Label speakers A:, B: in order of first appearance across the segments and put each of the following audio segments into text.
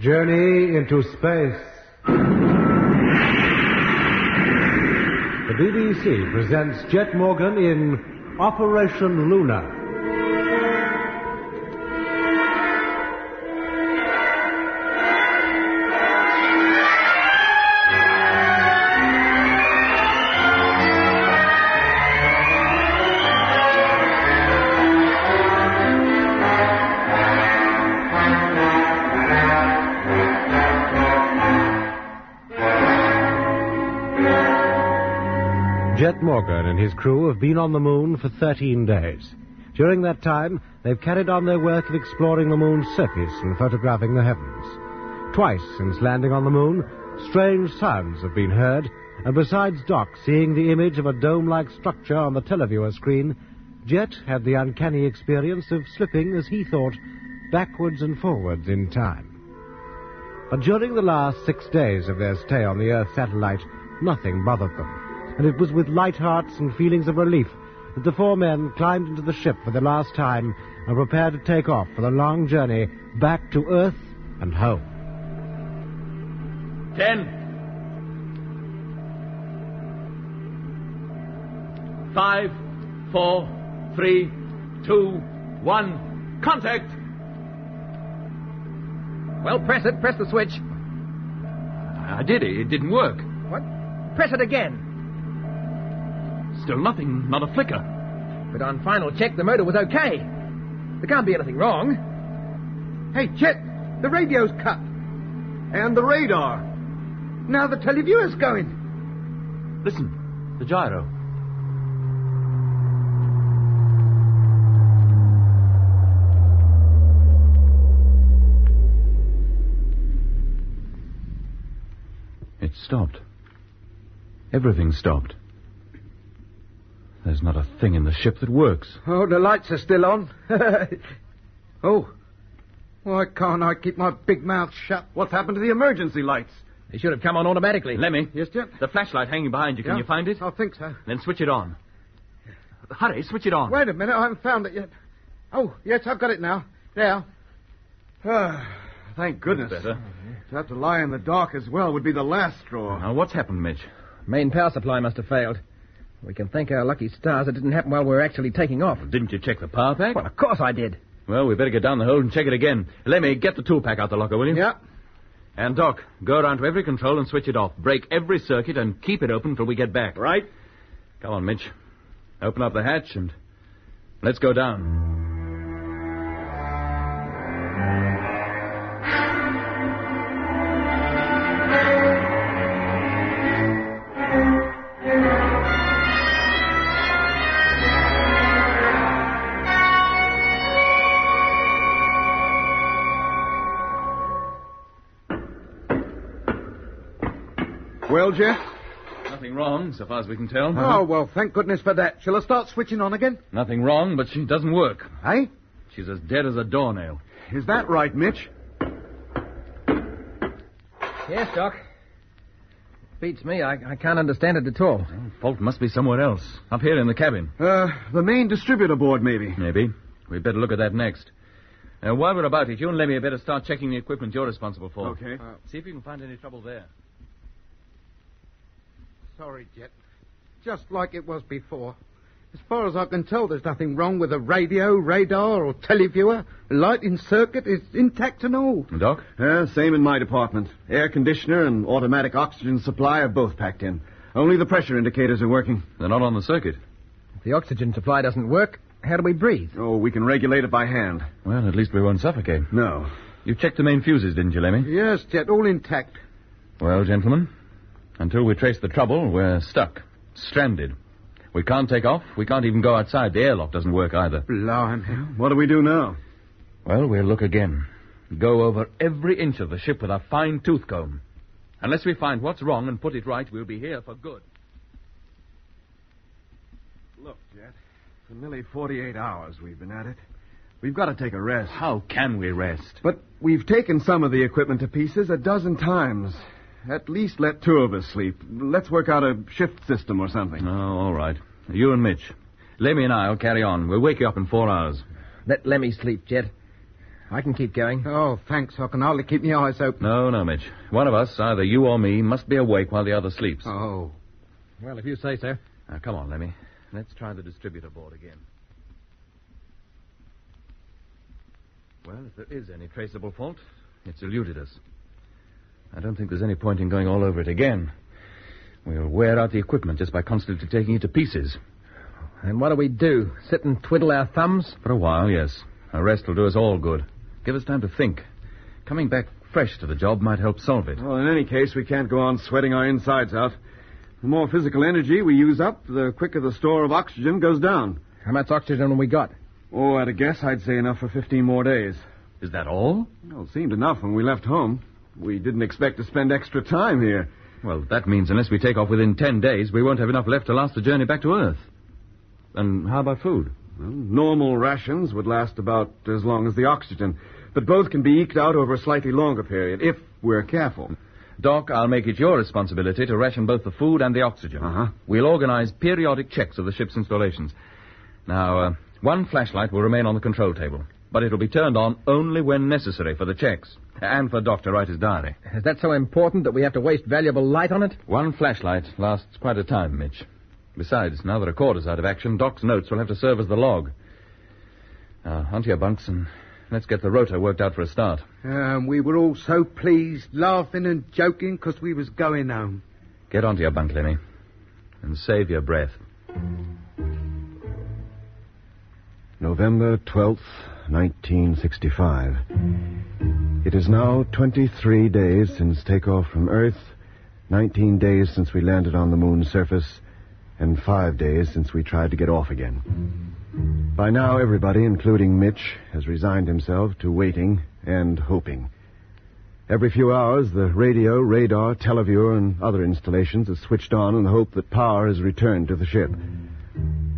A: Journey into Space. The BBC presents Jet Morgan in Operation Luna. Jet Morgan and his crew have been on the moon for 13 days. During that time, they've carried on their work of exploring the moon's surface and photographing the heavens. Twice since landing on the moon, strange sounds have been heard, and besides Doc seeing the image of a dome like structure on the televiewer screen, Jet had the uncanny experience of slipping, as he thought, backwards and forwards in time. But during the last six days of their stay on the Earth satellite, nothing bothered them, and it was with light hearts and feelings of relief that the four men climbed into the ship for the last time and prepared to take off for the long journey back to Earth and home.
B: Ten. Five, four, three, two, one. Contact!
C: Well, press it. Press the switch.
B: I did it. It didn't work.
C: What? Press it again.
B: Still nothing. Not a flicker.
C: But on final check, the motor was okay. There can't be anything wrong. Hey, Chet, the radio's cut. And the radar. Now the televiewer's going.
B: Listen. The gyro.
D: It stopped. Everything stopped. There's not a thing in the ship that works.
E: Oh, the lights are still on. oh, why can't I keep my big mouth shut?
F: What's happened to the emergency lights?
C: It should have come on automatically.
B: Lemmy. Oh.
E: Yes, Jet?
B: The flashlight hanging behind you. Can
E: Yeah?
B: you find it?
E: I think so.
B: Then switch it on. Hurry, switch it on.
E: Wait a minute, I haven't found it yet. Oh, yes, I've got it now. Now.
F: Ah, thank goodness.
B: Better.
F: To have to lie in the dark as well would be the last straw.
B: Now, what's happened, Mitch?
C: Main power supply must have failed. We can thank our lucky stars it didn't happen while we were actually taking off.
B: Didn't you check the power pack?
C: Well, of course I did.
B: Well, we better get down the hole and check it again. Lemmy, get the tool pack out the locker, will you?
E: Yeah.
B: And Doc, go around to every control and switch it off. Break every circuit and keep it open till we get back.
F: Right?
B: Come on, Mitch. Open up the hatch and let's go down.
E: Well, Jet?
B: Nothing wrong, so far as we can tell.
E: Oh, well, thank goodness for that. Shall I start switching on again?
B: Nothing wrong, but she doesn't work.
E: Eh?
B: She's as dead as a doornail.
F: Is that right, Mitch?
C: Yes, Doc. Beats me. I, I can't understand it at all.
B: Fault must be somewhere else. Up here in the cabin.
F: Uh, the main distributor board, maybe.
B: Maybe. We'd better look at that next. Uh, while we're about it, you and Lemmy had better start checking the equipment you're responsible for.
F: Okay.
B: See if you can find any trouble there.
E: Sorry, Jet. Just like it was before. As far as I can tell, there's nothing wrong with the radio, radar, or televiewer. The lighting circuit is intact and all.
B: Doc?
F: Uh, same in my department. Air conditioner and automatic oxygen supply are both packed in. Only the pressure indicators are working.
B: They're not on the circuit.
C: If the oxygen supply doesn't work, how do we breathe?
F: Oh, we can regulate it by hand.
B: Well, at least we won't suffocate.
F: No.
B: You checked the main fuses, didn't you, Lemmy?
E: Yes, Jet, all intact.
B: Well, gentlemen, until we trace the trouble, we're stuck. Stranded. We can't take off. We can't even go outside. The airlock doesn't work either.
E: Blimey.
F: What do we do now?
B: Well, we'll look again. Go over every inch of the ship with a fine tooth comb. Unless we find what's wrong and put it right, we'll be here for good.
F: Look, Jet. For nearly 48 hours we've been at it. We've got to take a rest.
B: How can we rest?
F: But we've taken some of the equipment to pieces a dozen times. At least let two of us sleep. Let's work out a shift system or something.
B: Oh, all right. You and Mitch. Lemmy and I'll carry on. We'll wake you up in four hours.
C: Let Lemmy sleep, Jet.
A: I can keep going.
E: Oh, thanks. I can hardly keep my eyes open.
B: No, no, Mitch. One of us, either you or me, must be awake while the other sleeps.
E: Oh.
A: Well, if you say so.
B: Now, come on, Lemmy. Let's try the distributor board again. Well, if there is any traceable fault, it's eluded us. I don't think there's any point in going all over it again. We'll wear out the equipment just by constantly taking it to pieces.
A: And what do we do? Sit and twiddle our thumbs?
B: For a while, yes. A rest will do us all good. Give us time to think. Coming back fresh to the job might help solve it.
F: Well, in any case, we can't go on sweating our insides out. The more physical energy we use up, the quicker the store of oxygen goes down.
A: How much oxygen have we got?
F: Oh, at a guess, I'd say enough for 15 more days.
B: Is that all?
F: Well, it seemed enough when we left home. We didn't expect to spend extra time here.
B: Well, that means unless we take off within ten days, we won't have enough left to last the journey back to Earth. And how about food?
F: Well, normal rations would last about as long as the oxygen, but both can be eked out over a slightly longer period if we're careful.
B: Doc, I'll make it your responsibility to ration both the food and the oxygen.
F: Uh-huh.
B: We'll organize periodic checks of the ship's installations. Now, uh, one flashlight will remain on the control table, but it'll be turned on only when necessary for the checks and for Doc to write his diary.
A: Is that so important that we have to waste valuable light on it?
B: One flashlight lasts quite a time, Mitch. Besides, now the recorder's out of action, Doc's notes will have to serve as the log. Now, onto your bunks and let's get the rotor worked out for a start.
E: Um, we were all so pleased, laughing and joking, 'cause we was going home.
B: Get onto your bunk, Lemmy, and save your breath.
F: November 12th, 1965. It is now 23 days since takeoff from Earth, 19 days since we landed on the moon's surface, and five days since we tried to get off again. By now, everybody, including Mitch, has resigned himself to waiting and hoping. Every few hours, the radio, radar, televiewer, and other installations are switched on in the hope that power has returned to the ship.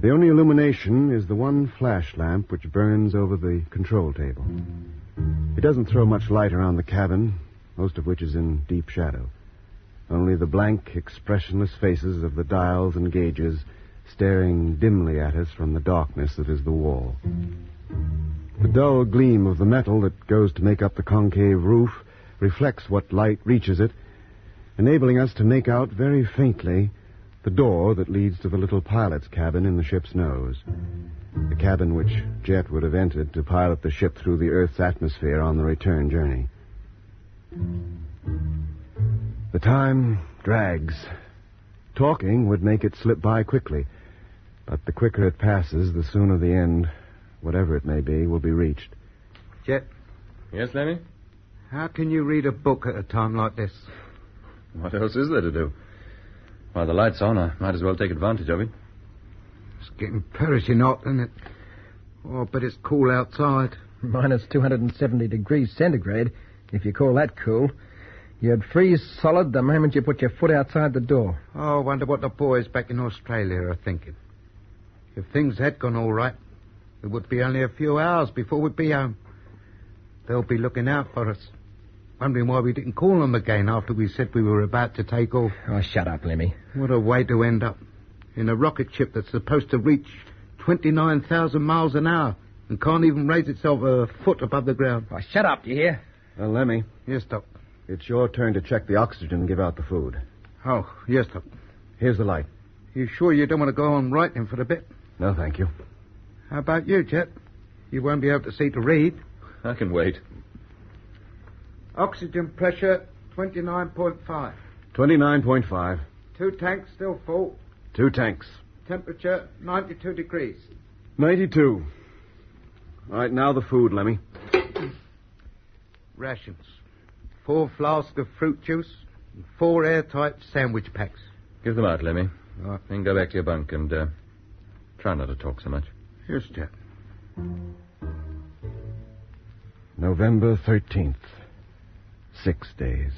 F: The only illumination is the one flash lamp which burns over the control table. It doesn't throw much light around the cabin, most of which is in deep shadow. Only the blank, expressionless faces of the dials and gauges staring dimly at us from the darkness that is the wall. The dull gleam of the metal that goes to make up the concave roof reflects what light reaches it, enabling us to make out very faintly the door that leads to the little pilot's cabin in the ship's nose. The cabin which Jet would have entered to pilot the ship through the Earth's atmosphere on the return journey. The time drags. Talking would make it slip by quickly, but the quicker it passes, the sooner the end, whatever it may be, will be reached.
E: Jet,
B: Yes, Lemmy?
E: how can you read a book at a time like this?
B: What else is there to do? While the light's on, I might as well take advantage of it.
E: It's getting perishing hot, isn't it? Oh, but it's cool outside.
A: Minus 270 degrees centigrade, if you call that cool. You'd freeze solid the moment you put your foot outside the door.
E: Oh, I wonder what the boys back in Australia are thinking. If things had gone all right, it would be only a few hours before we'd be home. They'll be looking out for us, wondering why we didn't call them again after we said we were about to take off.
A: Oh, shut up, Lemmy.
E: What a way to end up in a rocket ship that's supposed to reach 29,000 miles an hour and can't even raise itself a foot above the ground.
A: Oh, shut up, do you hear?
F: Well, Lemmy,
E: Yes, Doc.
F: it's your turn to check the oxygen and give out the food.
E: Oh, yes, Doc.
F: Here's the light.
E: You sure you don't want to go on writing for a bit?
F: No, thank you.
E: How about you, Jet? You won't be able to see to read.
B: I can wait.
E: Oxygen pressure 29.5.
F: 29.5.
E: Two tanks still full.
F: Two tanks.
E: Temperature 92 degrees.
F: 92. All right, now the food, Lemmy.
E: Rations. Four flasks of fruit juice and four airtight sandwich packs.
B: Give them out, Lemmy.
E: Right.
B: Then go back to your bunk and uh, try not to talk so much.
E: Yes, Jet.
F: November 13th. Six days.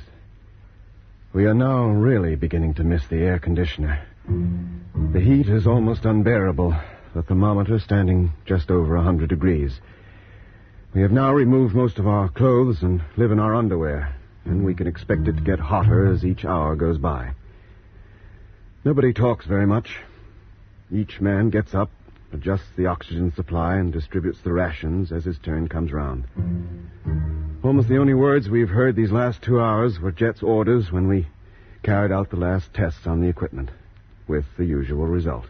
F: We are now really beginning to miss the air conditioner. The heat is almost unbearable, the thermometer standing just over a 100 degrees. We have now removed most of our clothes and live in our underwear, and we can expect it to get hotter as each hour goes by. Nobody talks very much. Each man gets up, adjusts the oxygen supply, and distributes the rations as his turn comes round. Almost the only words we've heard these last two hours were Jet's orders when we carried out the last tests on the equipment, with the usual result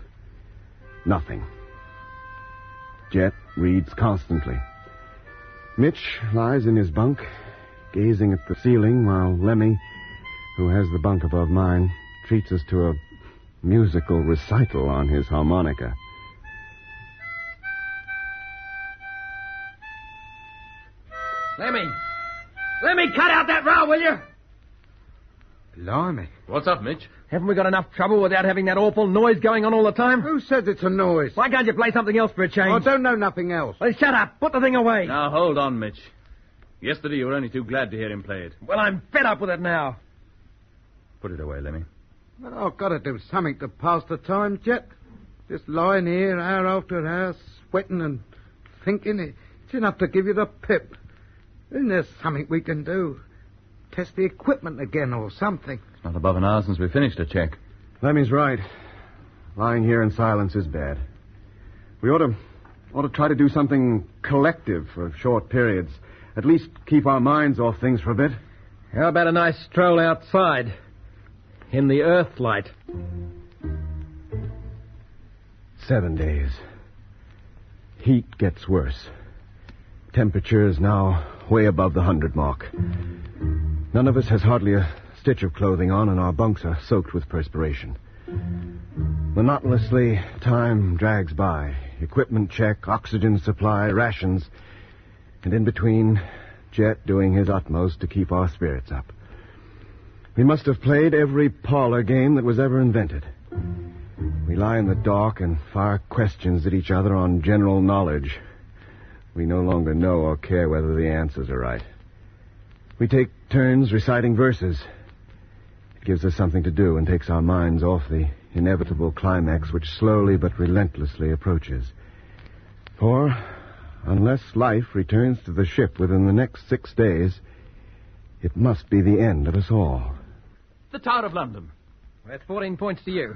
F: nothing. Jet reads constantly. Mitch lies in his bunk, gazing at the ceiling, while Lemmy, who has the bunk above mine, treats us to a musical recital on his harmonica.
C: Lemmy! Lemmy, cut out that row, will you?
E: Blimey.
B: What's up, Mitch?
C: Haven't we got enough trouble without having that awful noise going on all the time?
E: Who said it's a noise?
C: Why can't you play something else for a
E: I
C: change?
E: don't know nothing else.
C: Well, shut up. Put the thing away.
B: Now, hold on, Mitch. Yesterday you were only too glad to hear him play it.
C: Well, I'm fed up with it now.
B: Put it away, Lemmy.
E: But I've got to do something to pass the time, Jet. Just lying here hour after hour, sweating and thinking, it's enough to give you the pip. Isn't there something we can do? Test the equipment again or something.
B: It's not above an hour since we finished a check.
F: Lemmy's right. Lying here in silence is bad. We ought to, ought to try to do something collective for short periods. At least keep our minds off things for a bit.
C: How about a nice stroll outside? In the earthlight.
F: Seven days. Heat gets worse. Temperature is now way above the hundred mark. None of us has hardly a stitch of clothing on, and our bunks are soaked with perspiration. Monotonously, time drags by. Equipment check, oxygen supply, rations, and in between, Jet doing his utmost to keep our spirits up. We must have played every parlor game that was ever invented. We lie in the dark and fire questions at each other on general knowledge. We no longer know or care whether the answers are right. We take turns reciting verses. It gives us something to do and takes our minds off the inevitable climax which slowly but relentlessly approaches. For, unless life returns to the ship within the next six days, it must be the end of us all.
B: The Tower of London.
C: That's 14 points to you.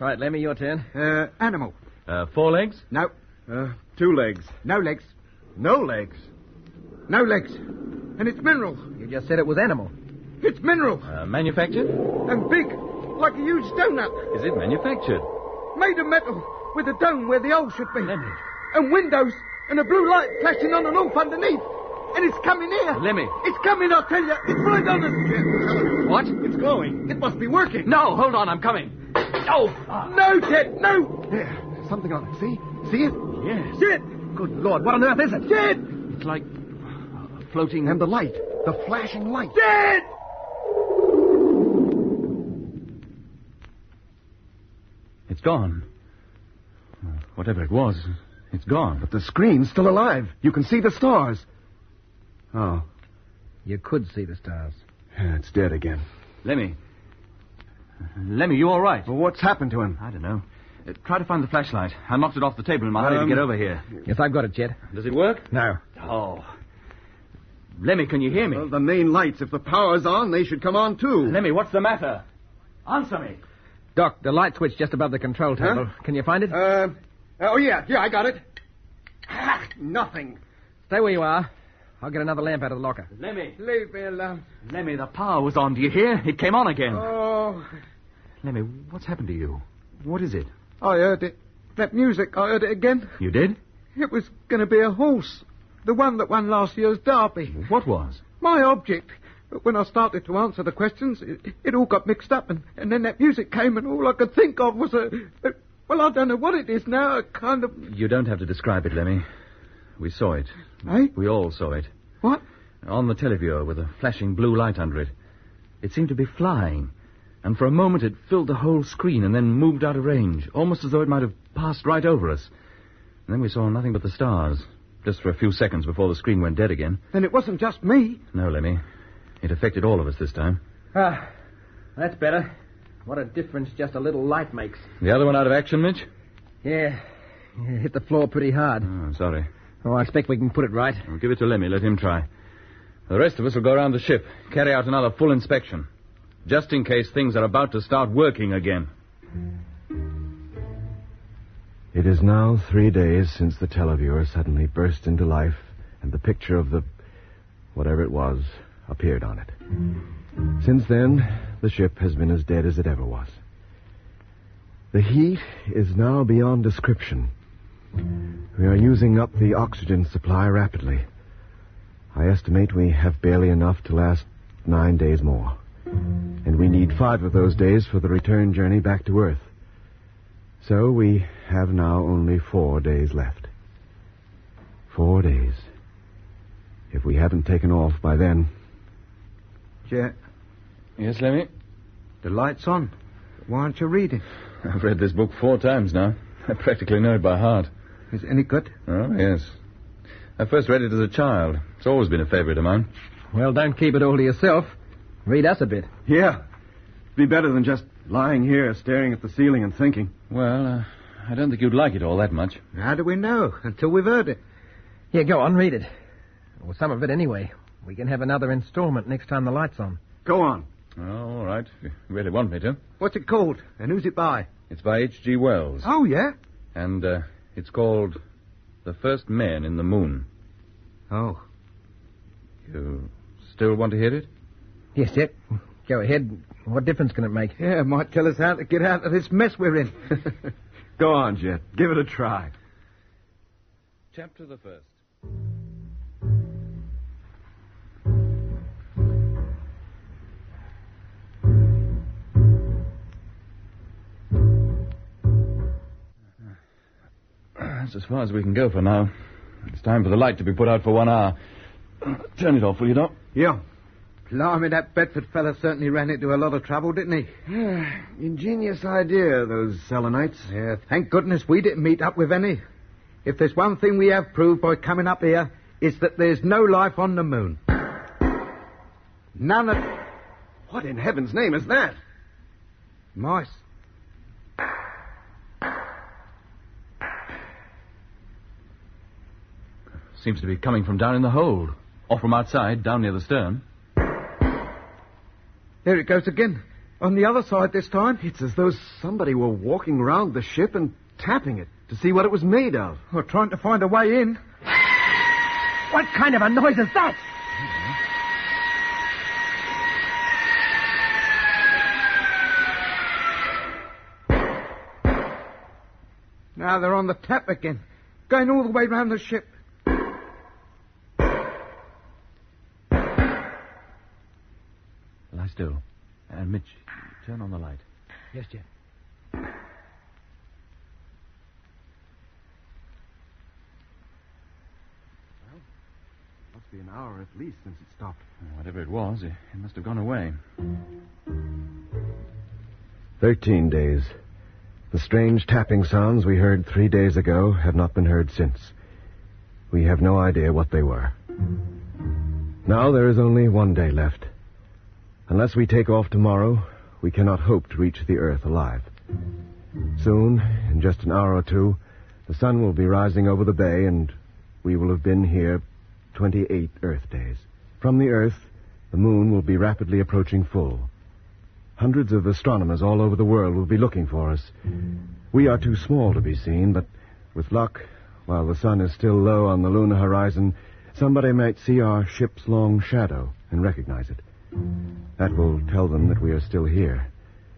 C: right, Lemmy, your turn.
E: Uh, animal.
B: Uh, four legs?
E: No.
F: Uh, two legs.
E: No legs.
F: No legs.
E: No legs. And it's mineral.
C: You just said it was animal.
E: It's mineral.
B: Uh, manufactured?
E: And big. Like a huge donut.
B: Is it manufactured?
E: Made of metal. With a dome where the hole should be. And windows. And a blue light flashing on and off underneath. And it's coming here.
B: Lemmy.
E: It's coming, I tell you. It's right on us,
B: What?
E: Jet. It's glowing. It must be working.
B: No, Oh, hold on, I'm coming. Oh!
E: No, Jet, no.
F: There, something on it. See? See it?
B: Yes.
E: Jet.
C: Good Lord, what on earth is it?
E: Jet.
B: It's like
E: uh,
B: floating.
F: And the light, the flashing light.
E: Jet.
B: It's gone. Whatever it was, it's gone.
F: The screen's still alive. You can see the stars. Oh,
C: You could see the stars.
F: yeah, it's dead again.
B: Lemmy. Lemmy, you all right?
F: Well, what's happened to him?
B: I don't know. Uh, try to find the flashlight. I knocked it off the table in my hurry
F: Um,
B: to get over here.
C: Yes, I've got it, Jed.
B: Does it work?
C: No.
B: Oh. Lemmy, can you hear me?
F: Well, the main lights. If the power's on, they should come on too.
B: Lemmy, what's the matter? Answer me.
C: Doc, the light switch just above the control table. Can you find it?
E: Uh, oh, yeah, yeah, I got it. Ah, nothing.
C: Stay where you are. I'll get another lamp out of the locker.
B: Lemmy.
E: Leave me alone.
B: Lemmy, the power was on. Do you hear? It came on again.
E: Oh,
B: Lemmy, what's happened to you? What is it?
E: I heard it. That music, I heard it again.
B: You did?
E: It was going to be a horse. The one that won last year's Derby.
B: What was?
E: My object. But when I started to answer the questions, it, it all got mixed up, and, and then that music came, and all I could think of was a. a- well, I don't know what it is now, a kind of.
B: You don't have to describe it, Lemmy. We saw it.
E: Eh?
B: We all saw it.
E: What?
B: On the televiewer with a flashing blue light under it. It seemed to be flying. And for a moment it filled the whole screen and then moved out of range, almost as though it might have passed right over us. And then we saw nothing but the stars, just for a few seconds before the screen went dead again.
E: Then it wasn't just me.
B: No, Lemmy. It affected all of us this time.
C: Ah, that's better. What a difference just a little light makes.
B: The other one out of action, Mitch?
C: Yeah. yeah hit the floor pretty hard.
B: Oh, I'm sorry.
C: Oh, I expect we can put it right.
B: I'll give it to Lemmy. Let him try. The rest of us will go around the ship, carry out another full inspection, just in case things are about to start working again.
F: It is now three days since the televiewer suddenly burst into life and the picture of the. whatever it was appeared on it. Since then, the ship has been as dead as it ever was. The heat is now beyond description. We are using up the oxygen supply rapidly. I estimate we have barely enough to last nine days more. And we need five of those days for the return journey back to Earth. So we have now only four days left. Four days. If we haven't taken off by then.
E: Jet,
B: Yes, Lemmy?
E: the light's on. Why aren't you reading?
B: I've read this book four times now. I practically know it by heart.
E: Is it any good?
B: Oh, yes. I first read it as a child. It's always been a favorite of mine.
C: Well, don't keep it all to yourself. Read us a bit.
F: Yeah. Be better than just lying here staring at the ceiling and thinking.
B: Well, uh, I don't think you'd like it all that much.
E: How do we know until we've heard it?
C: Yeah, go on, read it. Or some of it anyway. We can have another installment next time the light's on.
F: Go on.
B: Oh, all right. If you really want me to.
E: What's it called? And who's it by?
B: It's by H.G. Wells.
E: Oh, yeah.
B: And uh, it's called The First Man in the Moon.
E: Oh,
B: You still want to hear it?
C: Yes, Jet. Go ahead. What difference can it make?
E: yeah, it might tell us how to get out of this mess we're in.
F: Go on, Jet. Give it a try.
B: Chapter the First. That's as far as we can go for now. It's time for the light to be put out for one hour. Turn it off, will you, Doc?
E: yeah. Blimey, that Bedford fella certainly ran into a lot of trouble, didn't he?
F: Ingenious idea, those Selenites.
E: Yeah, thank goodness we didn't meet up with any. If there's one thing we have proved by coming up here, it's that there's no life on the moon. None of...
F: What in heaven's name is that?
E: Mice.
B: Seems to be coming from down in the hold, or from outside, down near the stern.
E: There it goes again. On the other side this time.
F: It's as though somebody were walking round the ship and tapping it to see what it was made of.
E: We're trying to find a way in.
C: What kind of a noise is that?
E: Now they're on the tap again, going all the way round the ship.
B: Lie still. And Mitch, turn on the light.
C: Yes, Jet.
F: Must be an hour at least since it stopped.
B: Whatever it was, it, it must have gone away.
F: Thirteen days. The strange tapping sounds we heard three days ago have not been heard since. We have no idea what they were. Now there is only one day left. Unless we take off tomorrow, we cannot hope to reach the Earth alive. Soon, in just an hour or two, the sun will be rising over the bay, and we will have been here 28 Earth days. From the Earth, the moon will be rapidly approaching full. Hundreds of astronomers all over the world will be looking for us. We are too small to be seen, but with luck, while the sun is still low on the lunar horizon, somebody might see our ship's long shadow and recognize it. That will tell them that we are still here.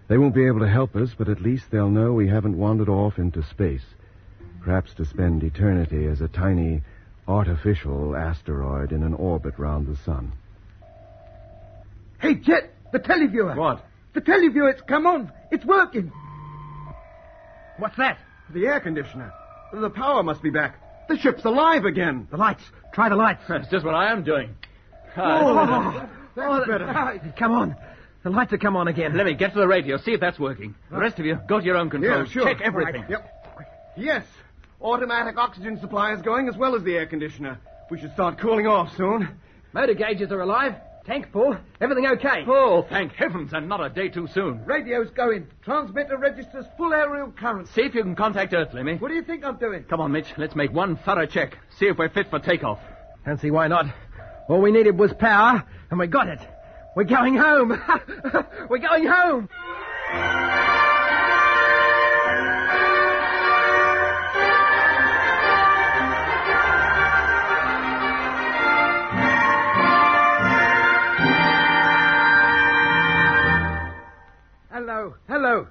F: They won't be able to help us, but at least they'll know we haven't wandered off into space, perhaps to spend eternity as a tiny, artificial asteroid in an orbit round the sun.
E: Hey, Jet, the televiewer.
F: What?
E: The televiewer's come on. It's working.
C: What's that?
F: The air conditioner. The power must be back. The ship's alive again.
C: The lights. Try the lights.
B: That's just what I am doing.
C: Oh, oh, ah, come on. The lights have come on again.
B: Let me get to the radio, see if that's working. The rest of you, go to your own controls. Check everything.
F: Yep. Yes. Automatic oxygen supply is going as well as the air conditioner. We should start cooling off soon.
C: Motor gauges are alive. Tank full. Everything okay?
B: Oh, thank heavens, and not a day too soon.
E: Radio's going. Transmitter registers full aerial current.
B: See if you can contact Earth, Lemmy.
E: What do you think I'm doing?
B: Come on, Mitch, let's make one thorough check. See if we're fit for takeoff.
C: Don't see why not. All we needed was power, and we got it. We're going home. We're going home.
E: Hello, hello.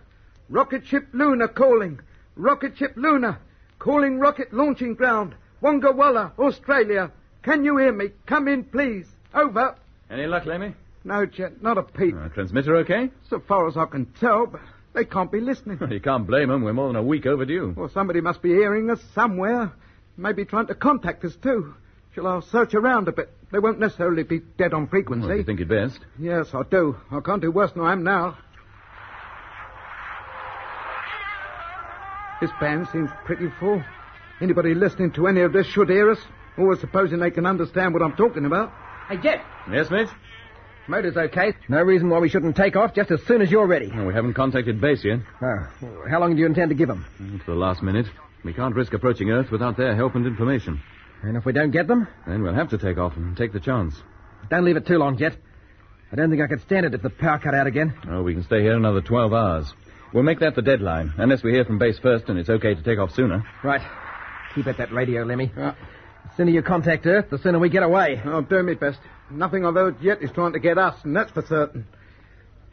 E: Rocket ship Luna calling. Rocket ship Luna. Calling rocket launching ground. Wongawalla, Australia. Can you hear me? Come in, please. Over.
B: Any luck, Lemmy?
E: No, Chet, not a peep.
B: Uh, transmitter okay?
E: So far as I can tell, but they can't be listening.
B: Well, you can't blame them. We're more than a week overdue.
E: Well, somebody must be hearing us somewhere. Maybe trying to contact us, too. Shall I search around a bit? They won't necessarily be dead on frequency.
B: Well, if you think it best.
E: Yes, I do. I can't do worse than I am now. This band seems pretty full. Anybody listening to any of this should hear us. Always supposing they can understand what I'm talking about.
C: Hey, Jet,
B: Yes, mate?
C: motor's okay. No reason why we shouldn't take off just as soon as you're ready.
B: Well, we haven't contacted base yet.
C: Oh, how long do you intend to give them?
B: To the last minute. We can't risk approaching Earth without their help and information.
C: And if we don't get them,
B: Then we'll have to take off and take the chance.
C: don't leave it too long, Jet. I don't think I could stand it if the power cut out again.
B: Oh, we can stay here another 12 hours. We'll make that the deadline, unless we hear from base first and it's okay to take off sooner.
C: Right. Keep at that radio, Lemmy. The sooner you contact Earth, the sooner we get away.
E: I'll do my best. Nothing I've heard yet is trying to get us, and that's for certain.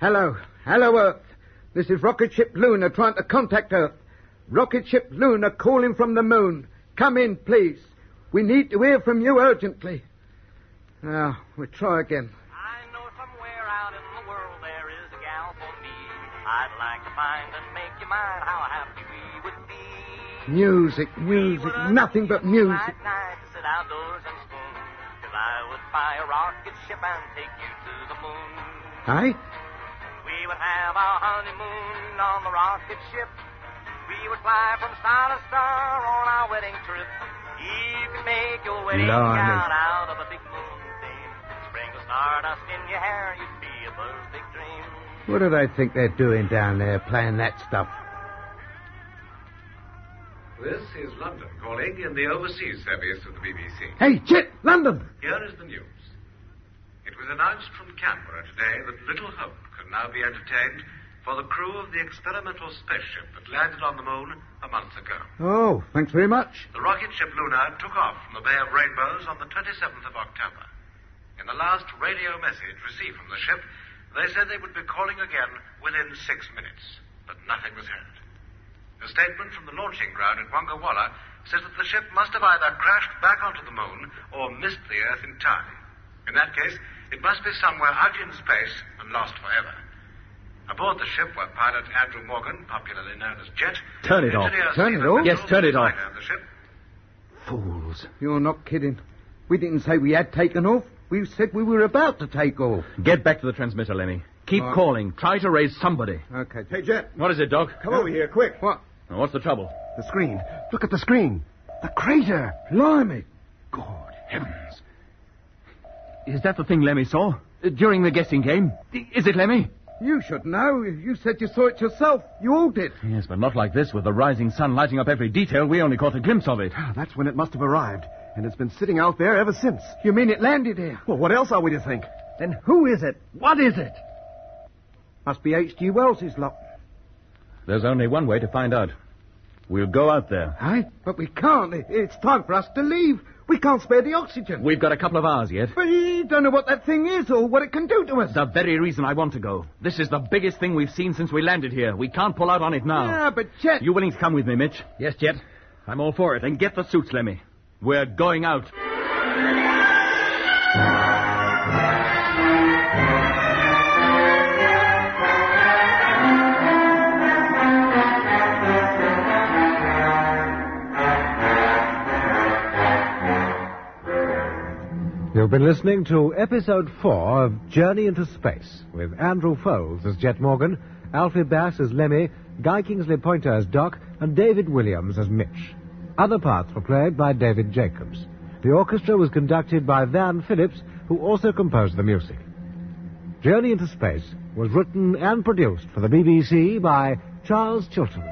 E: Hello. Hello, Earth. This is Rocket Ship Luna trying to contact Earth. Rocket Ship Luna calling from the moon. Come in, please. We need to hear from you urgently. Now, we'll try again.
G: I know somewhere out in the world there is a gal for me. I'd like to find and make you mine. How happy we would be.
E: Music, music, nothing but music.
G: Night, night, sit outdoors and spoon. 'Cause I would buy a rocket ship and take you to the moon.
E: Aye?
G: We would have our honeymoon on the rocket ship. We would fly from star to star on our wedding trip. You could make your wedding
E: Blimey.
G: gown out of a big moon dame. Sprinkle stardust in your hair, you'd be a bird's big dream.
E: What do they think they're doing down there playing that stuff?
H: This is London calling in the overseas service of the BBC.
E: Hey, Chit, London!
H: Here is the news. It was announced from Canberra today that little hope can now be entertained for the crew of the experimental spaceship that landed on the moon a month ago.
E: Oh, thanks very much.
H: The rocket ship Luna took off from the Bay of Rainbows on the 27th of October. In the last radio message received from the ship, they said they would be calling again within six minutes, but nothing was heard. A statement from the launching ground at Wongawalla says that the ship must have either crashed back onto the moon or missed the Earth entirely. In that case, it must be somewhere out in space and lost forever. Aboard the ship were pilot Andrew Morgan, popularly known as Jet.
B: Turn it off.
H: engineer
E: Turn it
H: Stephen
E: off?
H: Mitchell,
B: Yes, turn it off.
H: designer of the ship,
B: Fools.
E: You're not kidding. We didn't say we had taken off. We said we were about to take off.
B: Get back to the transmitter, Lemmy. Keep calling. Try to raise somebody.
E: Okay. Hey, Jet.
B: Uh, What is it, Doc?
E: Come over here, quick. What?
B: Now, What's the trouble?
F: The screen. Look at the screen. The crater.
E: Blimey.
B: God heavens. Is that the thing Lemmy saw? Uh, During the guessing game? I- Is it Lemmy?
E: You should know. You said you saw it yourself. You all did.
B: Yes, but not like this, with the rising sun lighting up every detail. We only caught a glimpse of it.
F: Ah, That's when it must have arrived. And it's been sitting out there ever since.
E: You mean it landed here?
F: Well, what else are we to think?
C: Then who is it? What is it?
E: Must be H.G. Wells's lot.
B: There's only one way to find out. We'll go out there.
E: Aye? But we can't. It- It's time for us to leave. We can't spare the oxygen.
B: We've got a couple of hours yet.
E: But you don't know what that thing is or what it can do to us.
B: The very reason I want to go. This is the biggest thing we've seen since we landed here. We can't pull out on it now.
E: Yeah, Ah, but Jet.
B: You willing to come with me, Mitch?
C: Yes, Jet.
B: I'm all for it. Then get the suits, Lemmy. We're going out.
A: You've been listening to episode four of Journey into Space with Andrew Foles as Jet Morgan, Alfie Bass as Lemmy, Guy Kingsley Pointer as Doc, and David Williams as Mitch. Other parts were played by David Jacobs. The orchestra was conducted by Van Phillips, who also composed the music. Journey into Space was written and produced for the BBC by Charles Chilton.